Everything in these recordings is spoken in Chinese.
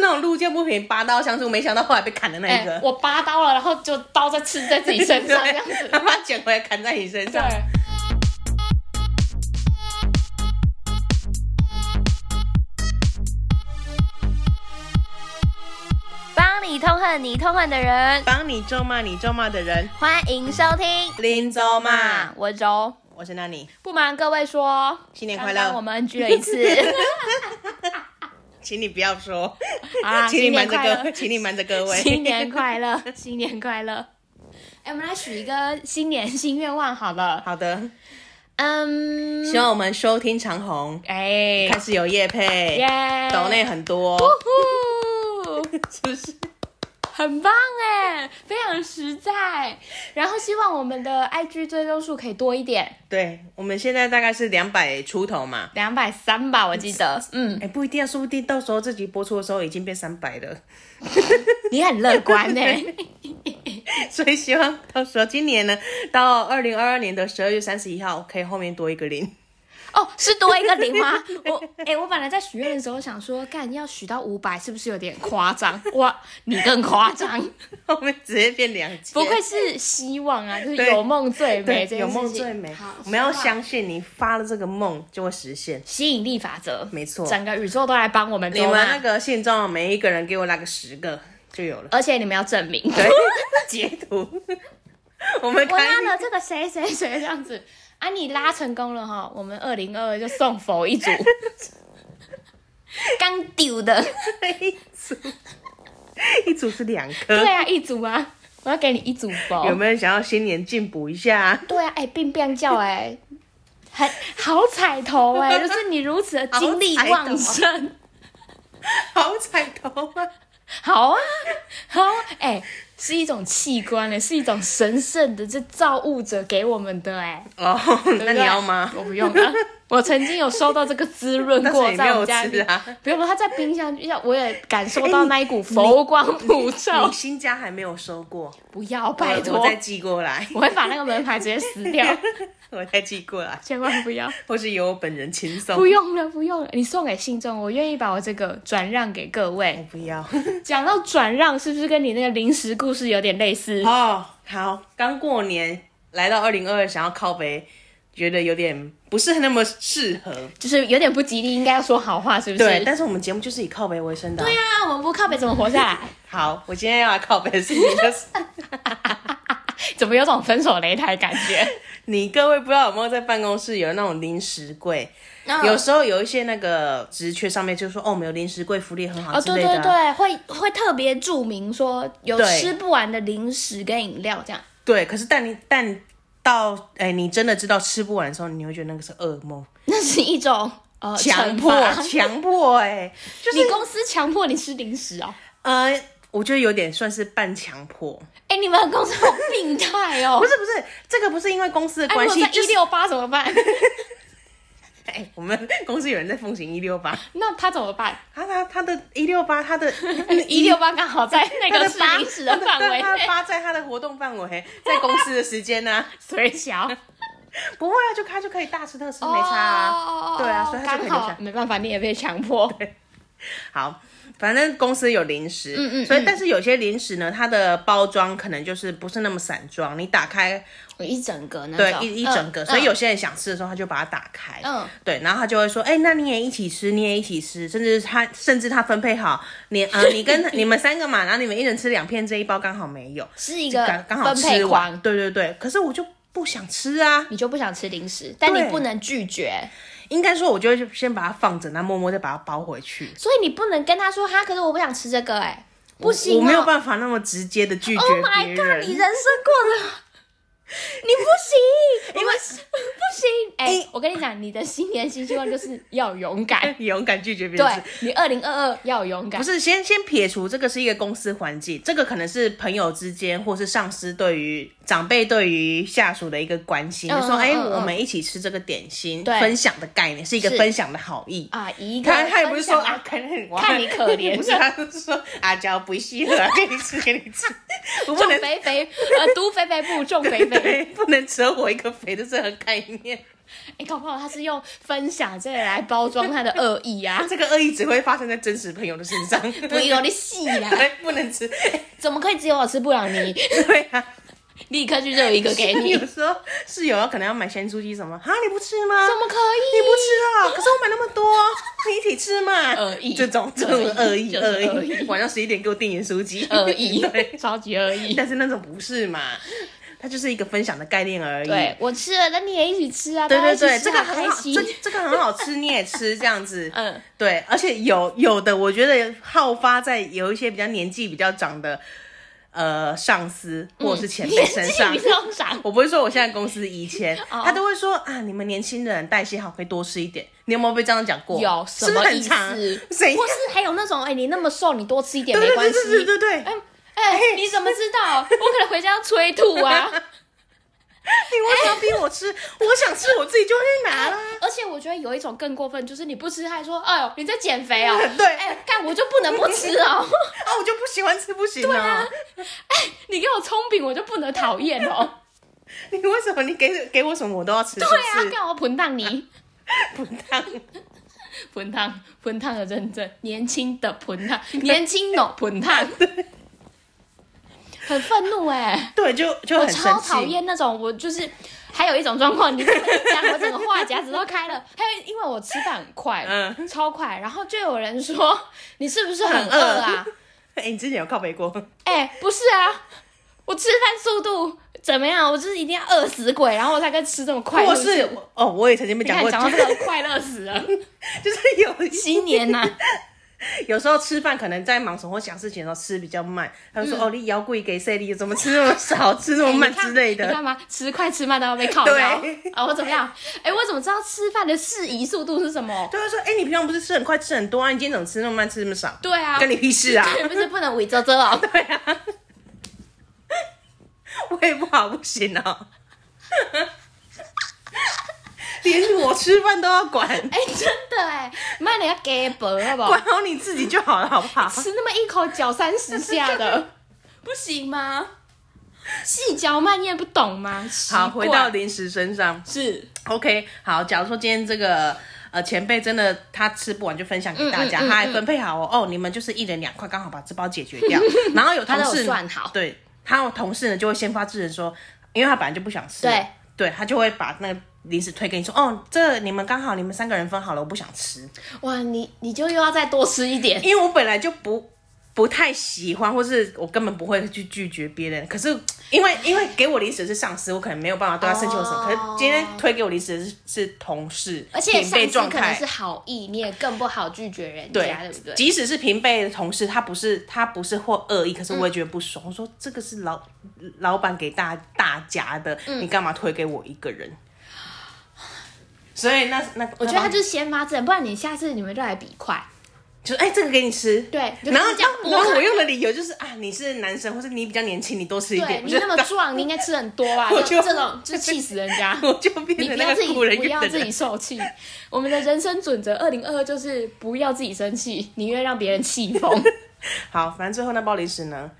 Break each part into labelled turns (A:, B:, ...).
A: 种路见不平拔刀相助，没想到后来被砍的那一
B: 哎、
A: 个，
B: 我拔刀了，然后就刀再刺在自己身上这样
A: 对
B: 子
A: 他。把它捡回来砍在你身
B: 对
A: 上。，
C: 帮你痛恨你痛恨的人，
A: 帮你咒骂你咒骂的人，
C: 欢迎收听。
A: 林咒骂
C: 啊，，我周。
A: 我是那你，
B: 不瞒各位说，
A: 新年快
C: 刚
A: 乐
C: 刚我们 NG 了一次，
A: 请你不要说，
B: 啊，
A: 请你
B: 新
A: 瞒
B: 年
A: 着
B: 快乐
A: 各，，请你瞒着各位。
B: 新年快乐，新年快乐。哎、我们来许一个新年新愿望好了。
A: 好的，
B: 嗯，
A: 希望我们收听长虹
B: 哎，
A: 开始有夜配，
B: 耶，
A: 抖内很多，
B: 哦呼呼，
A: 是不是？
B: 很棒哎，非常实在。然后希望我们的 IG 追踪数可以多一点，
A: 对，我们现在大概是两百出头嘛。
B: 两百三吧，我记得。 嗯
A: 哎、，不一定啊，说不定到时候这集播出的时候已经变三百了，
B: 你很乐观哎。
A: 所以希望到时候今年呢，到二零二二年的十二月三十一号，可以后面多一个零。
B: 哦，是多一个零吗？我哎、我本来在许愿的时候想说，干要许到五百，是不是有点夸 张？哇，你更夸张，
A: 后面直接变两千。
B: 不愧是希望啊，就是
A: 对
B: 有梦最美
A: 对，
B: 这件事情，
A: 有梦最美
B: 好，
A: 我们要
B: 希望
A: 相信你发了这个梦就会实现。
B: 吸引力法则，
A: 没错
B: 整个宇宙都来帮我们
A: 你
B: 做啊
A: 们
B: 啦
A: 那个信众啊每一个人给我拉个十个就 有了。
B: 而且你们要证明，
A: 对，截图。 我们
B: 我
A: 开
B: 拉了这个谁谁谁这样子啊，你拉成功了哈，我们二零二二就送 佛一组，刚丢的，
A: 一组，一组是两颗
B: 对。啊，一组啊，我要给你一组佛，
A: 有没有人想要新年进补一下啊？
B: 对啊，哎、病变叫哎、很好彩头 哎、就是你如此的精力旺盛，
A: 好彩头啊！
B: 好啊，好啊，哎、是一种器官哎、是一种神圣的这造物者给我们的哎、
A: 哦，
B: 对
A: 那
B: 不对
A: 你要吗？
B: 我不用啊， 我曾经有收到这个滋润
A: 但是你
B: 过，
A: 没
B: 在我
A: 有
B: 们家
A: 吃
B: 里，
A: 啊。
B: 不用了，它在冰箱，要我也感受到那一股佛光普照
A: 哎你，新家还没有收过，
B: 不要拜
A: 我
B: 托
A: 我再，寄过来，
B: 我会把那个门牌直接撕掉，
A: 我再寄过来，
B: 千万不要。
A: 或是由我本人亲送。
B: 不，用了，不用了，你送给信众，我愿意把我这个转让给各
A: 我
B: 位。
A: 哎不 要。
B: 讲到转让，是不是跟你那个临时故事有点类似？
A: 哦，好，刚过年来到二零二二，想要靠北，觉得有点不是那么适合。
B: 就是有点不吉利，应该要说好话，是不是？
A: 对，但是我们节目就是以靠北为生的啊、
B: 对啊，我们不靠北怎么活下来？
A: 好，我今天要来靠北的事情就是，
B: 怎么有种分手擂台感觉？
A: 你各位不知道有没有在办公室有那种零食柜，
B: 嗯
A: 有时候有一些那个职缺上面就说哦，我们有零食柜，福利很好
B: 哦，
A: 之
B: 对
A: 类的啊、
B: 对对，会会特别注明说有
A: 对
B: 吃不完的零食跟饮料这样。
A: 对可是但你但到哎、你真的知道吃不完的时候，你会觉得 那个是噩梦，
B: 那是一种呃
A: 强
B: 惩
A: 迫
B: 罚
A: 强迫哎、 就是
B: 你公司强迫你吃零食哦。
A: 呃，我觉得有点算是半强迫。
B: 哎，你们公司好病态哦！
A: 不是不是，这个不是因为公司的
B: 哎，
A: 关
B: 我
A: 系，
B: 在
A: 就
B: 一
A: 是
B: 六八怎么办？
A: 哎、我们 公司有人在奉行一六八，
B: 那他怎么办？
A: 他他他的一六八，他的
B: 一六八刚好在 那
A: 他
B: 个
A: 的
B: 吃
A: 八
B: 零食的范围
A: 他的
B: 内，
A: 八在他的活动范围，在公司的时间呢、啊
B: 所以小
A: 不会啊，就他就可以大吃特吃，没差啊。
B: 哦
A: 对啊所以他就可以留
B: 刚
A: 下
B: 好没办法，你也被强迫。
A: 好，反正公司有零食，
B: 嗯嗯
A: 所以但是有些零食呢，它的包装可能就是不是那么散装，你打开
B: 我一整个那
A: 对
B: 种
A: 一一整个，
B: 嗯
A: 所以
B: 嗯
A: 有些人想吃的时候，他就把它打开，
B: 嗯
A: 对，然后他就会说，哎、那你也一起吃，你也一起吃，甚至他甚至他分配好，你呃你 跟你们三个嘛，然后你们一人吃两片，这一包刚好没有，
B: 是一
A: 就
B: 个
A: 刚刚好
B: 分配
A: 吃完，
B: 狂，
A: 对对对，可是我就不想吃啊，
B: 你就不想吃零食，但
A: 对
B: 你不能拒绝，
A: 应该说我就会先把它放着，那默默再把它包回去。
B: 所以你不能跟他说哈，可是我不想吃这个，哎，不行哦，
A: 我没有办法那么直接的拒绝
B: Oh my
A: 别
B: god！
A: 人。
B: 你人生过得， 你不行，因为不行。哎、我跟你讲，你的新年新希望就是要勇敢。
A: 勇敢拒绝别
B: 对
A: 人是，
B: 你二零二二要勇敢
A: 哎不。是先先撇除这个是一个公司环境，这个可能是朋友之间或是上司对于长辈对于下属的一个关心，
B: 嗯
A: 就说
B: 嗯
A: 哎、
B: 嗯
A: 我们一起吃这个点心，
B: 对
A: 分享的概念是一个
B: 是
A: 分享的好意。
B: 啊，一个
A: 他他也不是
B: 分
A: 说
B: 享
A: 啊，可能我
B: 看你可怜
A: 不是，他是说阿娇不适合，给你吃，给你吃，我不
B: 重
A: 能
B: 肥肥，呃，毒肥肥不重肥肥，
A: 对，不能只有我一个肥的这个概念。！
B: 哎，搞不好他是用分享这个来包装他的恶意啊
A: 这个恶意只会发生在真实朋友的身上，
B: 不有你戏啦，
A: 对，不能吃。
B: 怎么可以只有我吃布朗尼？
A: 对啊，
B: 立刻去热一个给 你，
A: 有
B: 怎
A: 时候室友可能要买咸酥鸡什么，哈，你不吃吗？
B: 么可以？
A: 你不吃啊？可是我买那么多，你一起吃嘛。
B: 恶意
A: 这种这种恶意
B: 就是恶意
A: 恶意，晚上十一点给我订盐酥鸡，
B: 恶意
A: 对，
B: 超级恶意。
A: 但是那种不是嘛，它就是一个分享的概念而已。
B: 对我吃了，那你也一起吃啊！
A: 对对
B: 大家一起
A: 对，
B: 吃
A: 这个
B: 好
A: 很
B: 开
A: 好，
B: 心。
A: 这这个很好吃，你也吃这样子。
B: 嗯，
A: 对，而且有有的，我觉得好发在有一些比较年纪比较长的，呃，上司或者是前辈身上。
B: 你这种长，
A: 我不会说我现在公司以前，
B: 哦
A: 他都会说啊，你们年轻人代谢好，可以多吃一点。你有没有被这样讲过？
B: 有
A: 是
B: 什
A: 不是
B: 么
A: 很
B: 意
A: 长
B: 思？？
A: 谁？
B: 或是还有那种，哎，你那么瘦，你多吃一点
A: 对
B: 没
A: 对
B: 关
A: 对
B: 系。
A: 对对对对，
B: 哎哎，你怎么 知道？我可能回家要催吐啊！
A: 你为什么逼我吃？我想吃，我自己就会去 拿啦。啊
B: 而且我觉得有一种更过分，就是你不吃还说，哎呦，你在减肥哦。
A: 对
B: 哎，干我就不能不吃 哦。
A: 啊，我就不喜欢吃，不行啊。
B: 你给我葱饼，我就不能讨厌哦。
A: 你为什么？你给给我什么我都要吃，是
B: 对啊，
A: 不是？
B: 干我滚烫你。
A: 不烫。
B: 盆烫，盆烫的认证，年轻的盆 烫，年轻的盆烫，很愤怒哎、
A: 对，就就
B: 我
A: 很生
B: 超
A: 气。
B: 讨厌那种，我就是还有一种状况，你这么一讲，我整个话匣子都开 了。还有，因为我吃饭很快，
A: 嗯
B: 超快，然后就有人说你是不是很饿 啊？
A: 哎、你之前有靠背过？
B: 哎、不是啊，我吃饭速度怎么样？我就是一定要饿死鬼，然后我才可以吃这么快。
A: 或是哦，我也曾经被
B: 你
A: 讲
B: 看
A: 过，
B: 讲到这个快乐死 了，
A: 就是有
B: 新年啊呐、
A: 有时候吃饭可能在忙什么或想事情的时候吃比较慢，他就说、哦，你腰贵给谁？你怎么吃那么少，吃那么慢
B: 嗯哎你看
A: 之类的。
B: 你看嘛，吃快吃慢都要被靠腰。
A: 对
B: 啊，我怎么样？哎、我怎么知道吃饭的适宜速度是什么？
A: 对他说，哎、你平常不是吃很快吃很多啊？你今天怎么吃那么慢，吃那么少？
B: 对啊，
A: 跟你屁事啊！
B: 不是不能伪遮遮哦。
A: 胃不好不行哦， 连我吃饭都要管，
B: 哎、真的哎，慢点要给薄好不 好
A: 管？好你自己就好了，好不好？
B: 吃那么一口嚼三十下 的，不行吗？细嚼慢咽不懂吗？习
A: 好，
B: 惯
A: 回到零食身上。
B: 是
A: OK，好，假如说今天这个呃前辈真的他吃不完，就分享给大家，
B: 嗯嗯嗯
A: 他还分配好哦，哦，你们就是一人两块，刚好把这包解决掉。然后有同
B: 他都
A: 事
B: 有算好
A: 对，他有同事呢就会先发制人说，因为他本来就不想吃，
B: 对，
A: 对他就会把那个零食推给你说，哦，这你们刚好你们三个人分好了，我不想吃，
B: 哇，你你就又要再多吃 一点。
A: 因为我本来就不。不太喜欢，或是我根本不会去拒绝别人。可是因为因为给我零食是上司，我可能没有办法对他生气或什么。
B: 哦
A: 可是今天推给我零食的是是同事，
B: 而且
A: 平
B: 上
A: 辈
B: 司
A: 状
B: 可能
A: 态
B: 是好意，你也更不好拒绝人
A: 对
B: 家，对不对？
A: 即使是平辈的同事，他不是他不是或恶意，可是我也觉得不爽。
B: 嗯
A: 我说这个是老老板给大大家的，
B: 嗯
A: 你干嘛推给我一个人？所以那那
B: 我觉得他
A: 就
B: 就是先发制人，不然你下次你们就来比快。
A: 就是哎、这个给你吃。
B: 对，就
A: 然后
B: 跟他讲
A: 然后我用的理由就是啊，你是男生，或是你比较年轻，你多吃一
B: 对
A: 点。我
B: 你
A: 就
B: 那么壮，你应该吃很多吧？
A: 我就
B: 就这种就气死人
A: 。
B: 家
A: 我就变
B: 你
A: 成
B: 不
A: 那
B: 要自
A: 个
B: 己
A: 雇人
B: 不
A: 员
B: 要
A: 的
B: 自己
A: 人。
B: 受气。我们的人生准则二零二二就是不要自己生气，宁愿让别人气 疯。
A: 好，反正最后那包零食呢，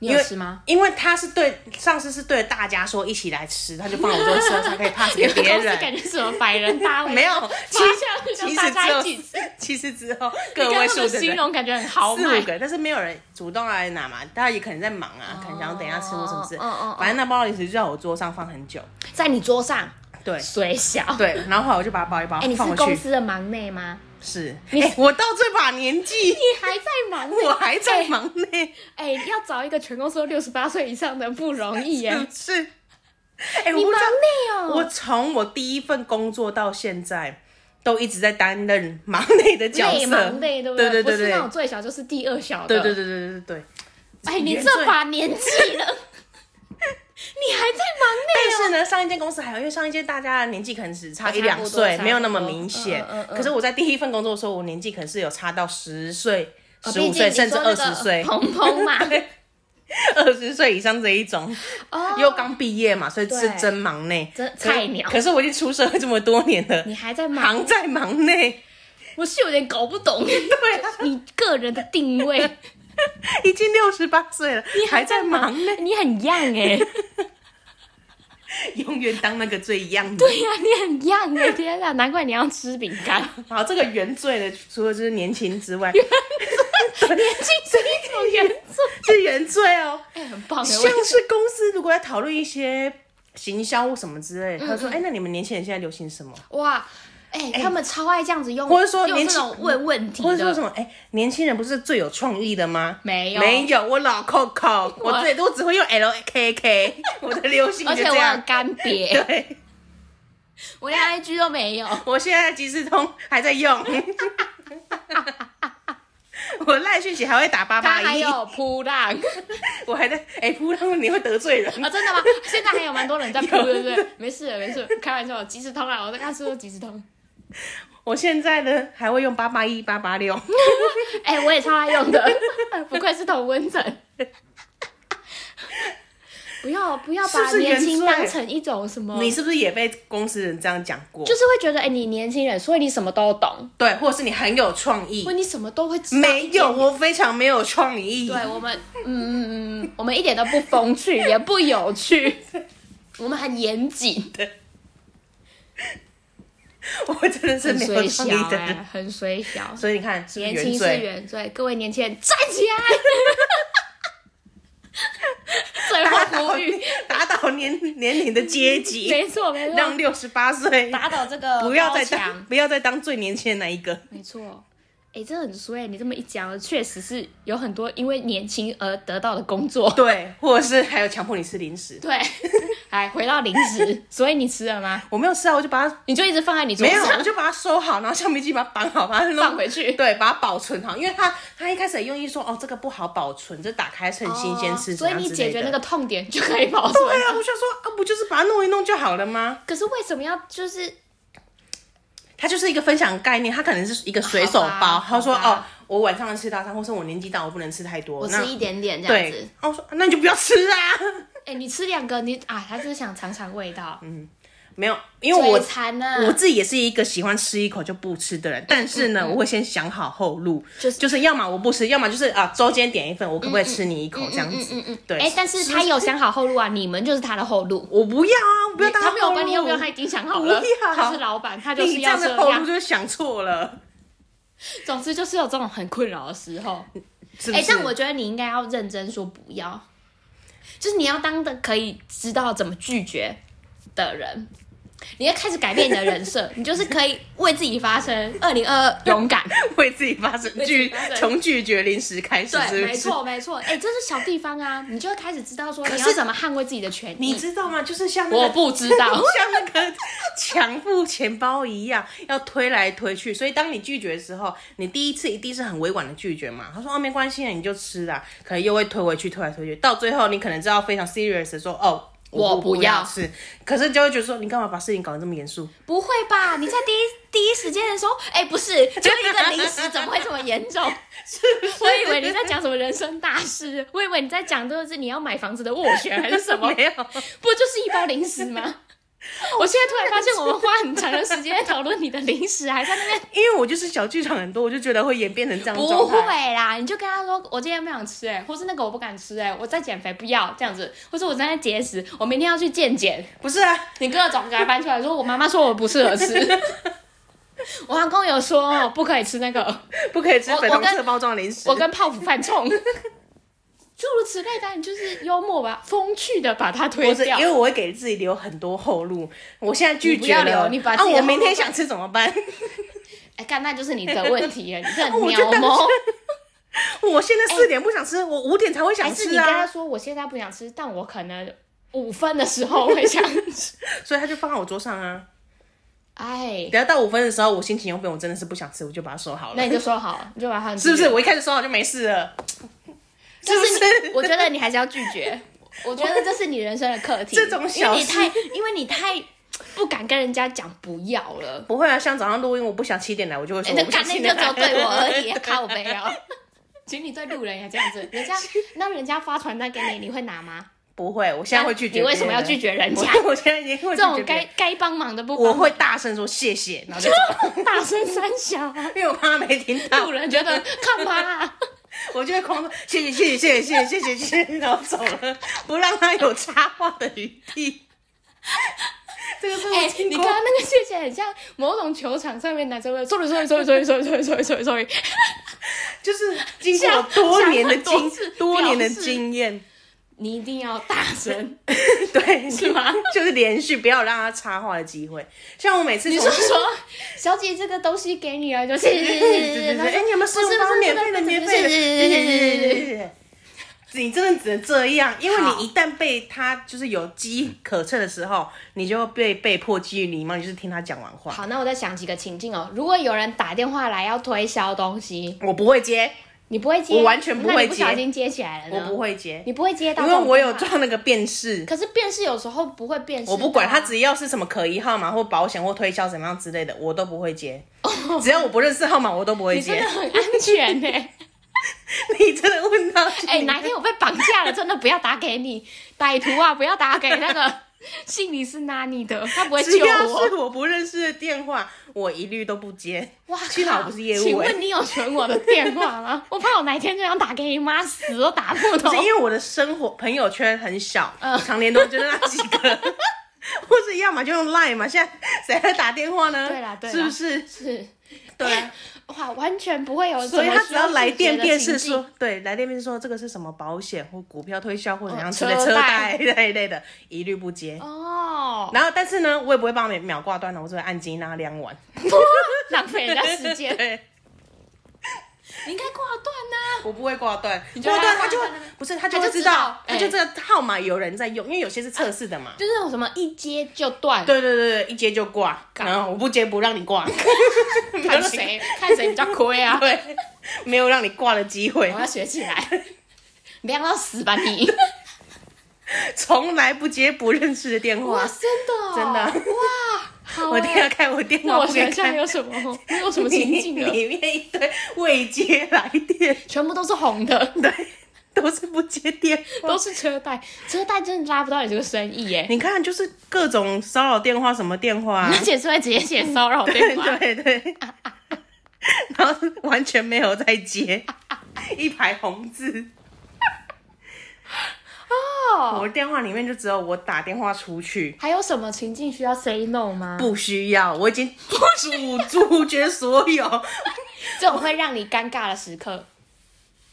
B: 你
A: 因
B: 有
A: 为
B: 吃吗？？
A: 因为他是对上司是对大家说一起来吃，他就放我桌上，才可以 pass 给 别
B: 你们公司
A: 人。
B: 感觉什么百人大 会？
A: 没有，其其
B: 发下去
A: 实
B: 让大
A: 只
B: 家
A: 有
B: 一起吃。
A: 其实只有
B: 你
A: 个
B: 刚
A: 位
B: 刚
A: 数
B: 的
A: 的
B: 形
A: 人，
B: 容感觉很豪
A: 四
B: 迈
A: 五。个，但是没有人主动来拿嘛，大家也可能在忙啊，可能想要等一下吃或什么事。
B: 哦哦哦
A: 反正那包零食就在我桌上放很久，
B: 在你桌上，
A: 对
B: 水小。
A: 对，然后后来我就把它包一包
B: 哎，你是
A: 放回
B: 公
A: 去。
B: 司的忙内吗？
A: 是，哎，我到这把年纪，
B: 你哎还在忙 内？
A: 我还在忙内，
B: 哎，要找一个全公司六十八岁以上的不容易耶。
A: 是。哎，
B: 你
A: 我不
B: 忙
A: 知道
B: 内哦，
A: 我从我第一份工作到现在，都一直在担任忙内的角
B: 累
A: 色，
B: 忙累，对不
A: 对对对
B: 对不是那
A: 对
B: 种呃最小就是第二小的。
A: 对对对对对对。
B: 哎，你
A: 原
B: 这
A: 罪
B: 把年纪了，你还在忙内？
A: 但是呢，上一间公司还好，因为上一间大家的年纪可能只差一两
B: 差不
A: 岁，
B: 多
A: 没有那么明显
B: 差不多嗯嗯。嗯
A: 可是我在第一份工作的时候，我年纪可能是有差到十岁、
B: 哦
A: 十五岁，甚至二十岁
B: 毕、竟你说那个呃鹏 鹏 嘛，
A: 二十岁以上这一种，
B: 哦，
A: 又刚毕业嘛，所以是
B: 对
A: 真忙内。
B: 真菜鸟
A: 可，是我已经出社会这么多年了，
B: 你还在忙？
A: 行在忙内，
B: 我是有点搞不 懂，对、
A: 啊
B: 你个人的定位，
A: 已经六十八岁了，你还在忙内。
B: 欸你很 young 哎、
A: 永远当那个最样的。
B: 对呀、啊你很样的，天啊，难怪你要吃饼干。
A: 好，这个原罪的，除了就是年轻之外，
B: 年轻是一种原罪，
A: 是原罪哦。
B: 哎、很棒哎，我
A: 像是公司如果要讨论一些行销或什么之
B: 嗯
A: 类的，他说：“哎、那你们年轻人现在流行什么？
B: 哇，哎、他们超爱这样子用，
A: 或者说
B: 用
A: 年
B: 这
A: 轻
B: 种问问题的，
A: 或者说什么？哎、年轻人不是最有创意的吗？”
B: 没有
A: 没有，我老 Coco，我最多只会用 LKK，我的流行
B: 而
A: 就
B: 且
A: 这
B: 我有
A: 样。
B: 干瘪，
A: 对，
B: 我连 IG 都没有。
A: 我现在即时通还在 用，我赖讯息还会打八
B: 他
A: 八
B: 还
A: 一，
B: 有扑浪啊、
A: 我还在哎，扑、通你会得罪人。
B: 真的吗？现在还有蛮 多人在扑，对不对？没事了，没事了，开玩笑，即时通啊啦，我在看是说即时通。
A: 我现在呢还会用八八一八八六，
B: 哎、我也超爱用的，不愧是同温层。不要不要
A: 是不
B: 把
A: 是
B: 年
A: 原
B: 轻
A: 罪
B: 当成一种什么，
A: 你是不是也被公司人这样讲过？
B: 就是会觉得哎、你年轻人，所以你什么都懂，
A: 对，或者是你很有创意
B: 或。你什么都会知道。
A: 没有，我非常没有创意。
B: 对我们，嗯嗯嗯嗯，我们一点都不风趣，也不有趣，我们很严谨，
A: 我真的是
B: 很
A: 没
B: 水
A: 有
B: 小
A: 创意的
B: 哎、
A: 人。
B: 很水小。
A: 所以你看，是不是
B: 年
A: 原
B: 轻是
A: 罪？
B: 原罪，各位年轻人站起来！最
A: 打
B: 后
A: 倒
B: 呼 吁，
A: 打倒年年龄的阶级，
B: 没错没
A: 让
B: 错，
A: 六十八岁
B: 打倒这个
A: 不要
B: 高
A: 再
B: 墙
A: 当不要再当最年轻的那一个。
B: 没错。哎、这很衰，你这么一讲，确实是有很多因为年轻而得到的工作。
A: 对，或者是还有强迫你吃零食。
B: 对， 哎，回到零食，所以你吃了吗？
A: 我没有吃啊，我就把它
B: 你就一直放在你桌
A: 没有，
B: 上
A: 我，就把它收好，然后橡皮筋把它绑好，把它弄
B: 放回去
A: 对，把它保存好，因为它它一开始用意说哦这个不好保存，这打开趁新鲜吃、
B: 哦所
A: 怎
B: 以
A: 样
B: 你
A: 之
B: 解
A: 类
B: 决
A: 的
B: 那个痛点就可以保存。
A: 对啊，我就说啊，不就是把它弄一弄就好了吗？
B: 可是为什么要就是
A: 它就是一个分享概念，它可能是一个随手
B: 好
A: 包
B: 吧。
A: 他说
B: 好吧
A: 哦，我晚上吃大餐，或是我年纪大，我不能吃太多。
B: 我
A: 那
B: 吃一点点这
A: 对
B: 样子？，
A: 啊我说那你就不要吃啊。
B: 哎、你吃两个，你啊，他就是想尝尝味道。
A: 没有，因嗯为我
B: 嘴馋啊，
A: 我自己也是一个喜欢吃一口就不吃的人，但是呢，我会先想好后路，
B: 嗯就是嗯
A: 就是要么我不吃，要么就是啊，周间点一份，我可不可以吃你一口这样子？对，
B: 哎、但是他有想好后路啊，你们就是他的后路。
A: 我不要啊，我不要当
B: 他没有管你要不要，他
A: 害
B: 已经想好了
A: 不。要
B: 他是老板，他就是
A: 你这
B: 要
A: 样
B: 这
A: 的后路
B: 样。
A: 就是想错了，
B: 总之就是有这种很困扰的时候。
A: 是不
B: 哎、
A: 是？
B: 但我觉得你应该要认真说不要，就是你要当的可以知道怎么拒绝的人，你要开始改变你的人设，你就是可以为自己发声。二零二二，勇敢，
A: 为自己发生
B: 为自己
A: 拒
B: 发生
A: 从拒绝零食开始，是
B: 对，
A: 不
B: 没
A: 是？
B: 错，没错。哎、这是小地方啊，你就会开始知道说
A: 可
B: 你
A: 是
B: 要怎么捍卫自己的权
A: 你
B: 益。
A: 知道吗？就是像那个
B: 我不知道，
A: 像那个强迫钱包一样，要推来推去。所以当你拒绝的时候，你第一次一定是很委婉的拒绝嘛。他说哦没关系，你就吃啦，可能又会推回去，推来推去，到最后你可能知道非常 serious 的说哦。
B: 我
A: 不
B: 不
A: 要
B: 要
A: 吃，可是就会觉得说，你干嘛把事情搞得这么严肃？
B: 不会吧？你在第一第一时间的时候，哎、不是，就一个零食，怎么会这么严 重？我以为你在讲什么人生大事，我以为你在讲的是你要买房子的斡旋还是什 么，
A: 没有，
B: 不就是一包零食吗？我现在突然发现，我们花很长的时间在讨论你的零食，还在那边
A: 因为我就是小剧场很多，我就觉得会演变成这样的
B: 不
A: 状态。
B: 会啦，你就跟他说，我今天不想吃、哎，或是那个我不敢吃、哎，我在减肥，不要这样子，或是我正在节食，我明天要去健检，
A: 不是啊，
B: 你各种给他搬出来，说我妈妈说我不适合吃， 我阿公有说不可以吃那个，
A: 不可以吃
B: 我
A: 粉
B: 我
A: 红
B: 跟
A: 色包装零食。
B: 我跟泡芙犯冲，诸如此类的，你就是幽默吧，风趣的把它推
A: 不是，因
B: 掉。
A: 为我会给自己留很多后路。我现在拒
B: 你不
A: 绝
B: 要
A: 了，
B: 留你把自己
A: 啊、
B: 的
A: 我明
B: 后
A: 天
B: 路
A: 想吃怎么办？
B: 哎，干，那就是你的问题了，你 这
A: 我就
B: 鸟毛。
A: 我现在四点不想吃，我五点才会
B: 还
A: 想
B: 是
A: 吃
B: 你跟他
A: 啊，
B: 说，我现在不想吃，但我可能五分的时候会想吃。
A: 所以他就放在我桌上啊。
B: 哎，
A: 等到到五分的时候，我心情又变，我真的是不想吃，我就把它收好
B: 那
A: 了
B: 你，就说好，你就把 它
A: 是不是？？我一开始收好就没事 了， 是不
B: 但是
A: 是
B: 你？我觉得你还是要拒绝。我觉得这是你人生的课题。
A: 这种小
B: 因为你
A: 事
B: 太，因为你太不敢跟人家讲不要了。
A: 不会啊，像早上录音，我不想七点来，我就会
B: 哎
A: 说，
B: 那
A: 我不想
B: 干那
A: 七
B: 你就
A: 点
B: 只有
A: 来。
B: 对我而 已，靠背哦。 其实你对路人也这样子， 人家那人家发传单给你，你会拿吗？
A: 不会，我现在会拒绝。
B: 你为什么要拒
A: 绝
B: 绝人家？
A: 我我现在已经会拒
B: 这
A: 绝
B: 种
A: 别
B: 该
A: 人。
B: 该帮忙的不帮
A: 我
B: 忙，
A: 会大声说谢谢，然后就走，
B: 大声三小啊。
A: 因为我怕他没听到
B: 路，人觉得干嘛、啊？
A: 我就会狂说谢谢谢谢谢谢谢谢谢谢谢，然后走了，不让他有插话的余地。 这个是
B: 哎、
A: 我听
B: 你
A: 过
B: 刚刚那个谢谢很像某种球场上面男生会 sorry sorry sorry sorry sorry sorry sorry sorry sorry，
A: 就是经过我多年的
B: 想很多
A: 经
B: 次
A: 多年的
B: 表示
A: 经验，
B: 你一定要大声。
A: 对，
B: 是吗？
A: 就是连续，不要让他插话的机会。像我每次
B: 你
A: 从
B: 说说，小姐这个东西给你了，就谢谢
A: 对
B: 谢谢
A: 对
B: 谢
A: 对
B: 谢。
A: 对，哎，你有没有
B: 不
A: 试
B: 是
A: 过
B: 不是
A: 免
B: 这
A: 费的？
B: 个不是
A: 免费的，
B: 是是
A: 对对对
B: 是
A: 对
B: 是是
A: 对对。你真的只能这样，因为
B: 好
A: 你一旦被他就是有机可乘的时候，你就会被被迫基于礼貌，你就是听他讲完话。
B: 好，那我再想几个情境哦。如果有人打电话来要推销东西，
A: 我不会接，
B: 你不会接，
A: 我完全不
B: 那你
A: 会
B: 不
A: 接
B: 小心接起来了
A: 我
B: 呢，
A: 不，会接，
B: 你不会接到
A: 因
B: 这
A: 为
B: 种电话，
A: 我有装那个辨识，
B: 可是辨识有时候不会辨识到
A: 我
B: 啊，
A: 不管他只要是什么可疑号码或保险或推销怎么样之类的，我都不会接。只要我不认识号码，我都不会
B: 哦你真
A: 接
B: 的。很安全欸呢、
A: 你真的问到去
B: 哎、哪天我被绑架了，真的不要打给你，歹徒啊，不要打给那个姓李是哪里啊的，他不会
A: 只
B: 救
A: 要是
B: 我。
A: 我不认识的电话，我一律都不接。
B: 哇
A: 幸好我不是业务
B: 请
A: 哎
B: 问你有存我的电话 吗？我怕我哪一天就想打给你妈，死都打不
A: 不
B: 通
A: 是。因为我的生活朋友圈很小，
B: 嗯
A: 常年都就是那几个， 或是要么就用 Line 嘛。现在谁还打电话呢？
B: 对啦对啦
A: 是不 是？
B: 是，
A: 对啊，
B: 哇，完全不会有 什
A: 所
B: 么
A: 以
B: 需
A: 他只
B: 要拒绝的情境。
A: 要来电辨识说，对，来电辨识说这个是什么保险或股票推销或怎样
B: 哦
A: 之类
B: 车
A: 车
B: 贷
A: 贷 那一类的，一律不接。
B: 哦，
A: 然后，但是呢，我也不会帮他们秒挂断的，我只会按金拉两碗。
B: 浪费人家时 间，
A: 对，
B: 你应该挂断啊呐。
A: 我不会挂断，
B: 就
A: 挂断
B: 让他
A: 他就会
B: 看看
A: 不是他
B: 他
A: 就会
B: 就知
A: 知
B: 道
A: 道，他就
B: 哎啊
A: 这个号码有人在用，因为有些是测试的嘛。
B: 就是那种什么一接就断，
A: 对对对对，一接就挂，然后我不接不让你 挂，
B: 看谁 看谁比较亏啊！
A: 对，没有让你挂的机会
B: 我，要学起来，你不要到死吧 你！
A: 从来不接不认识的电
B: 哇，
A: 话。
B: 真的哦、
A: 真的
B: 哇，好、
A: 我一定要
B: 欸。
A: 看我电
B: 那
A: 话，
B: 我
A: 不给
B: 想一下
A: 看
B: 有什么有什么情
A: 里
B: 景啊？
A: 里面一堆未接来电，
B: 全部都是红的，
A: 对， 都是不接电
B: 都
A: 话。
B: 是车贷，车贷真的拉不到你这个生意耶、
A: 你看，就是各种骚扰电话，什么电话、 啊
B: 而，且是会直接写骚扰电话，
A: 对对， 然后完全没有在接， 一排红字。哦，我的电话里面就只有我打电话出去，
B: 还有什么情境需要 say no 吗？
A: 不需要，我已经 主主角所有，
B: 这种会让你尴尬的时刻，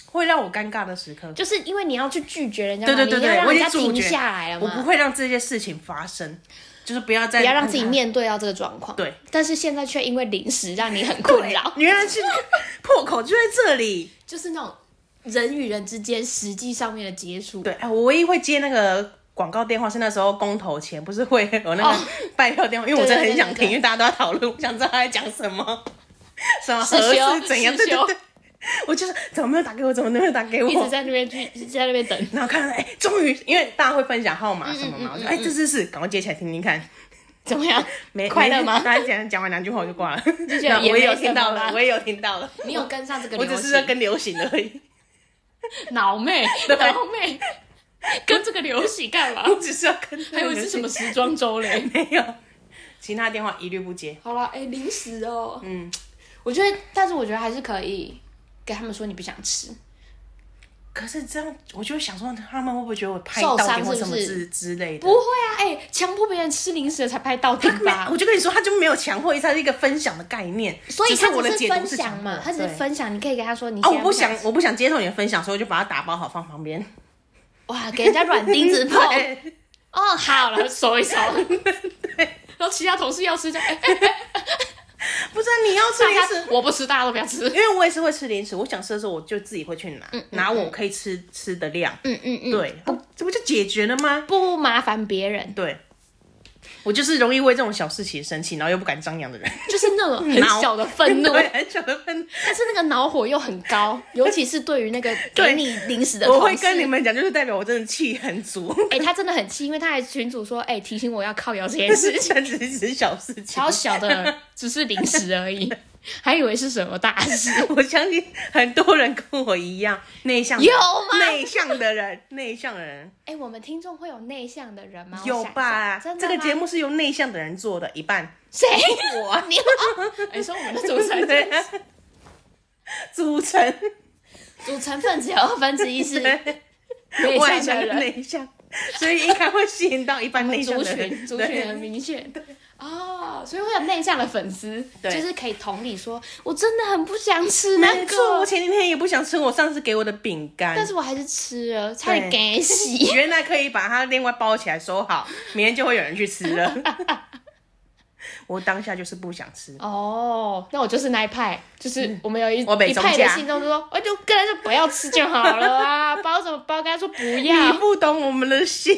A: 会让我尴尬的时刻。
B: 就是因为你要去拒绝人家嘛，
A: 对对对
B: 你要
A: 对，
B: 让
A: 我已
B: 人
A: 经
B: 家
A: 主
B: 停
A: 角
B: 下来了
A: 我
B: 嘛，
A: 不会让这些事情发生，就是不要再嗯
B: 不要让自己面对到这个状况。
A: 对，
B: 但是现在却因为临时让你很困扰，
A: 原来是破口就在这里。
B: 就是那种人与人之间实际上面的接触。
A: 对，哎，我唯一会接那个广告电话是那时候公投前不是会有那
B: 哦
A: 个拜票电话，因为我真的
B: 对对
A: 很想
B: 对对
A: 听，因为大家都在讨论， 我想知道他在讲什么， 什么
B: 是
A: 合
B: 修
A: 适怎样，
B: 是
A: 对
B: 修
A: 对对，我就是怎么没有打给我，怎么没有打给
B: 一直
A: 我。
B: 在那边去，一直在那边等。
A: 然后看到哎，终于，因为大家会分享号
B: 嗯
A: 码什么嘛，我就哎，这是是，赶快接起来听听看。
B: 怎么样？
A: 没
B: 快乐吗？
A: 大家讲讲完两句话我就 挂了，
B: 觉得也
A: 我
B: 没
A: 也有
B: 什
A: 听到
B: 么啦
A: 了，我也有听到了，
B: 你有跟上这个
A: 我
B: 流
A: 只
B: 行？
A: 是在跟流行而已，
B: 脑妹，
A: 对
B: 脑妹， 跟这个流行干嘛？
A: 我只是要跟。
B: 还有是什么？时装周嘞？
A: 没有，其他电话一律不接。
B: 好啦，哎、零食哦，
A: 嗯，
B: 我觉得，但是我觉得还是可以跟他们说你不想吃，
A: 可是这样，我就会想说，他们会不会觉得我拍
B: 受
A: 到
B: 伤
A: 底或
B: 是
A: 什
B: 不
A: 么
B: 是
A: 之之类的？
B: 不会啊，哎、强迫别人吃零食的才拍到顶
A: 没
B: 吧，
A: 我？就跟你说，他就没有强迫，它是一个分享的概念。
B: 所以
A: 只是
B: 他
A: 我的
B: 只
A: 解
B: 分
A: 读是
B: 享
A: 强迫
B: 嘛，他只是
A: 对
B: 分享，你可以跟他说你
A: 啊，
B: 现在
A: 我不想
B: 想，吃，
A: 我不想接受你的分享，所以我就把它打包好放旁边。
B: 哇，给人家软钉 子碰，
A: 对
B: 哦，好 了，收一收，然后其他同事要吃就，哎、哎
A: 不是啊你要吃
B: 大
A: 零
B: 家
A: 食，
B: 我不吃，大家都不要吃，
A: 因为我也是会吃零食，我想吃的时候我就自己会去拿，拿我可以吃吃的量。
B: 嗯嗯嗯，
A: 对，啊这不就解决了吗？
B: 不麻烦别人，
A: 对，我就是容易为这种小事情生气，然后又不敢张扬的人，
B: 就是那种很小的愤怒，
A: 嗯 对，很小的分。
B: 但是那个恼火又很 高，尤其是对于那个给
A: 对
B: 你零食的
A: 我
B: 同
A: 会
B: 事，
A: 跟你们讲，就是代表我真的气很足，
B: 哎、他真的很气，因为他还群主说，哎、提醒我要靠摇这件 事情，
A: 但只是只是小事情
B: 超。小的， 只是零食而已，还以为是什么大 事。
A: 我相信很多人跟我一样内向的人，
B: 有吗
A: 内向的人，内向的人
B: 哎、我们听众会有内向的人吗？
A: 有
B: 我想一
A: 吧
B: 下？真的
A: 这个节
B: 目
A: 目是由内向的人做的，一半
B: 谁？
A: 我啊
B: 你、哦、你说我们的 组成
A: 对啊组成
B: 组成分子有二分之一是
A: 对
B: 内
A: 外
B: 向
A: 向
B: 的
A: 跟
B: 人，
A: 内向，所以应该会吸引到一般内向
B: 族
A: 的人
B: 群族
A: 对
B: 群很明显。哦，所以会有内向的粉丝，
A: 对
B: 就是可以同理说，我真的很不想吃那
A: 没错，我
B: 个，
A: 前几天也不想吃我上次给我的饼干，
B: 但是我还是吃了，差点
A: 对
B: 给洗。
A: 原来可以把它另外包起来收好，明天就会有人去吃了。我当下就是不想吃，
B: 哦，那我就是那一派，就是我们有一
A: 嗯我北
B: 一
A: 中
B: 派的
A: 家
B: 信众就说， 我就跟他说不要吃就好了啊，包什么包，跟他说不
A: 你
B: 要。
A: 不懂我们的心，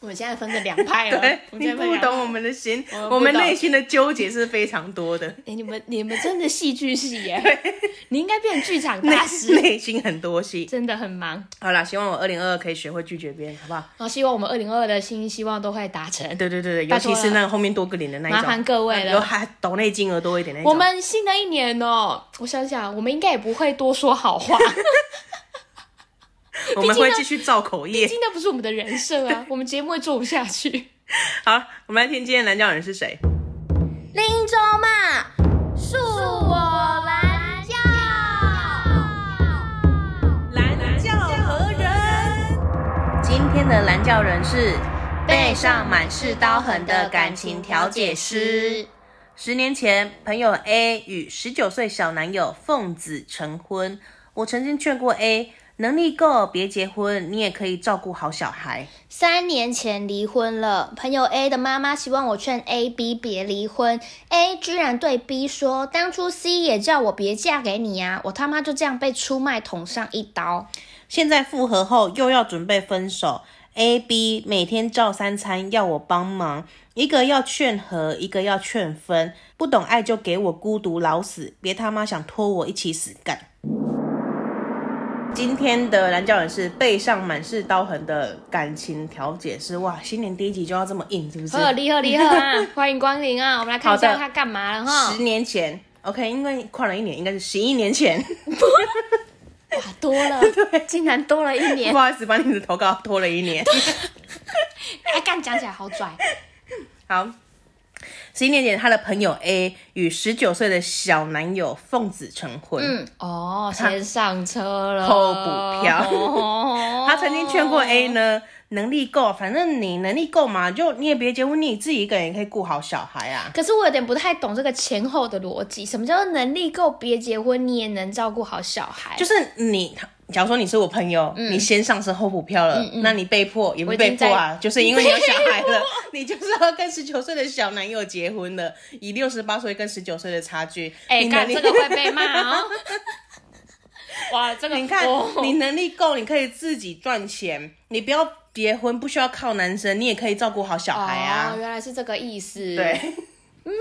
B: 我们现在分成两派了
A: 对，，
B: 哎我们
A: 你
B: 现在分
A: 不
B: 两派
A: 懂我。们的心
B: 我们，不
A: 我们
B: 懂
A: 内心的纠结是非常多的，
B: 哎、你们你们真的戏剧系 耶！你应该变剧场 大师，
A: 内心很多戏。
B: 真的很忙。
A: 好啦，希望我二零二二可以学会拒绝别人，好不好？
B: 然后希望我们二零二的新希望都会达成。
A: 对对对对，
B: 拜
A: 尤其
B: 托了
A: 是那个后面多个零的那一种，
B: 麻烦各位了
A: 有还抖内金额多一点那一种。
B: 我们新的一年哦，我想想，我们应该也不会多说 好话，
A: 我们会
B: 毕竟呢
A: 继续造口
B: 毕
A: 业。
B: 竟那不是我们的人设啊，我们节目会做不下去。
A: 好，我们来听今天的蓝教人是谁？
C: 林州嘛，恕我蓝教。
A: 蓝教何人？今天的蓝教人是背上满是刀痕的感情调解师。十年前，朋友 A 与十九岁小男友奉子成婚。我曾经劝过 A，能力够别结婚，你也可以照顾好小孩。
C: 三年前离婚了，朋友 A 的妈妈希望我劝 A、B 别离婚，A 居然对 B 说：“当初 C 也叫我别嫁给你啊！”我他妈就这样被出卖捅上一刀。
A: 现在复合后又要准备分手，A、B 每天照三餐要我帮忙，一个要劝和，一个要劝分，不懂爱就给我孤独老死，别他妈想拖我一起死干。今天的蓝教人是背上满是刀痕的感情调解师，哇，新年第一集就要这么硬， 是不是？
B: 呵，厉害厉害啊！ 欢迎光临啊！我们来看一
A: 好
B: 下
A: 的
B: 他干嘛了哈
A: 十。年前，OK，因为跨了一年，应该是哦十一年前。
B: 哇，多 了，竟然多了一年
A: 不。好意思，把你的投稿拖了一年。
B: 哎，干讲起来好拽。
A: 好，十一年前，她的朋友 A 与十九岁的小男友奉子成婚。
C: 嗯
B: 哦，先上车了，
A: 后补票
B: 哦
A: 她曾经劝过 A 呢，能力够，反正你能力够嘛，就你也别结婚，你自己一个人也可以顾好小孩啊。
B: 可是我有点不太懂这个前后的逻辑，什么叫做能力够别结婚，你也能照顾好小孩？
A: 就是你，假如说你是我朋友，
B: 嗯
A: 你先上车后补票了，那你被迫也不
B: 我已
A: 被
B: 经
A: 迫啊，就是因为你有小孩 了，你就是要跟十九岁的小男友结婚了，以六十八岁跟十九岁的差距，
B: 哎，
A: 你
B: 干
A: 能力
B: 这个会被骂 哦。哇，这个
A: 你看，
B: 哦
A: 你能力够，你可以自己赚钱，你不要结婚，不需要靠男生，你也可以照顾好小孩啊。
B: 哦，原来是这个意思。
A: 对，， 嗯，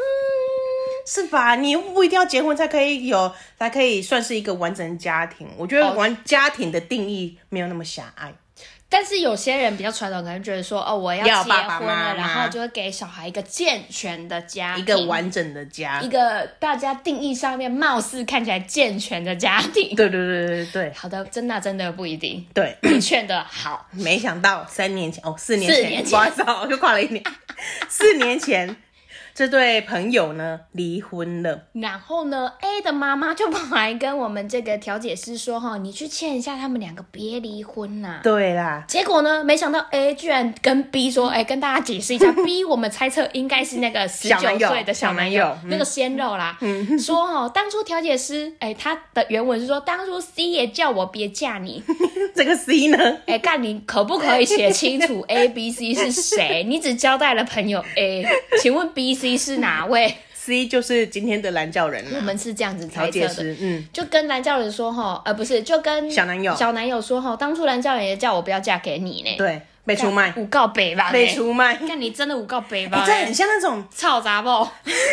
A: 是吧？你又不一定要结婚才可以有，才可以算是一个完整的家庭。我觉得
B: 哦
A: 完家庭的定义没有那么狭隘。
B: 但是有些人比较传统，可能觉得说，哦，我要
A: 要
B: 结
A: 有
B: 婚
A: 爸
B: 了，
A: 爸妈妈
B: 然后就会给小孩一个健全的家庭，
A: 一个完整的家
B: 一，个大家定义上面貌似看起来健全的家庭。
A: 对对对对对，
B: 好的，真的真的不一定
A: 对，
B: 你劝的好，
A: 没想到三年前哦，四年
B: 四
A: 前，
B: 年前
A: 不好意思啊，我就跨了一年， 四年前，这对朋友呢离婚了。
B: 然后呢，A 的妈妈就跑来跟我们这个调解师说，哈，你去劝一下他们两个别离婚啦、
A: 对啦，
B: 结果呢？没想到 A 居然跟 B 说：“哎、跟大家解 释一下，B 我们猜测应该是那个十
A: 小男
B: 九
A: 友
B: 岁的小男友，
A: 小男友嗯
B: 那个鲜肉啦。说哦，当初调解师，哎、他的原文是说，当初 C 也叫我别嫁你，
A: 这个 C 呢，
B: 哎、干你可不可以写清 楚 A、B、C 是谁？你只交代了朋友 A，请问 B、C 是哪位？
A: C 就是今天的蓝教人
B: 我
A: 啦，
B: 们是这样子猜
A: 调解
B: 测嗯的。”
A: 师，嗯，
B: 就跟蓝教人说哈，呃，不是，就跟
A: 小男友
B: 小男友说哈，当初蓝教人也叫我不要嫁给你呢，
A: 对，被出卖，
B: 五告北吧，
A: 被出卖，
B: 看你真的五告北吧、哎
A: 欸这很像那种
B: 臭杂包。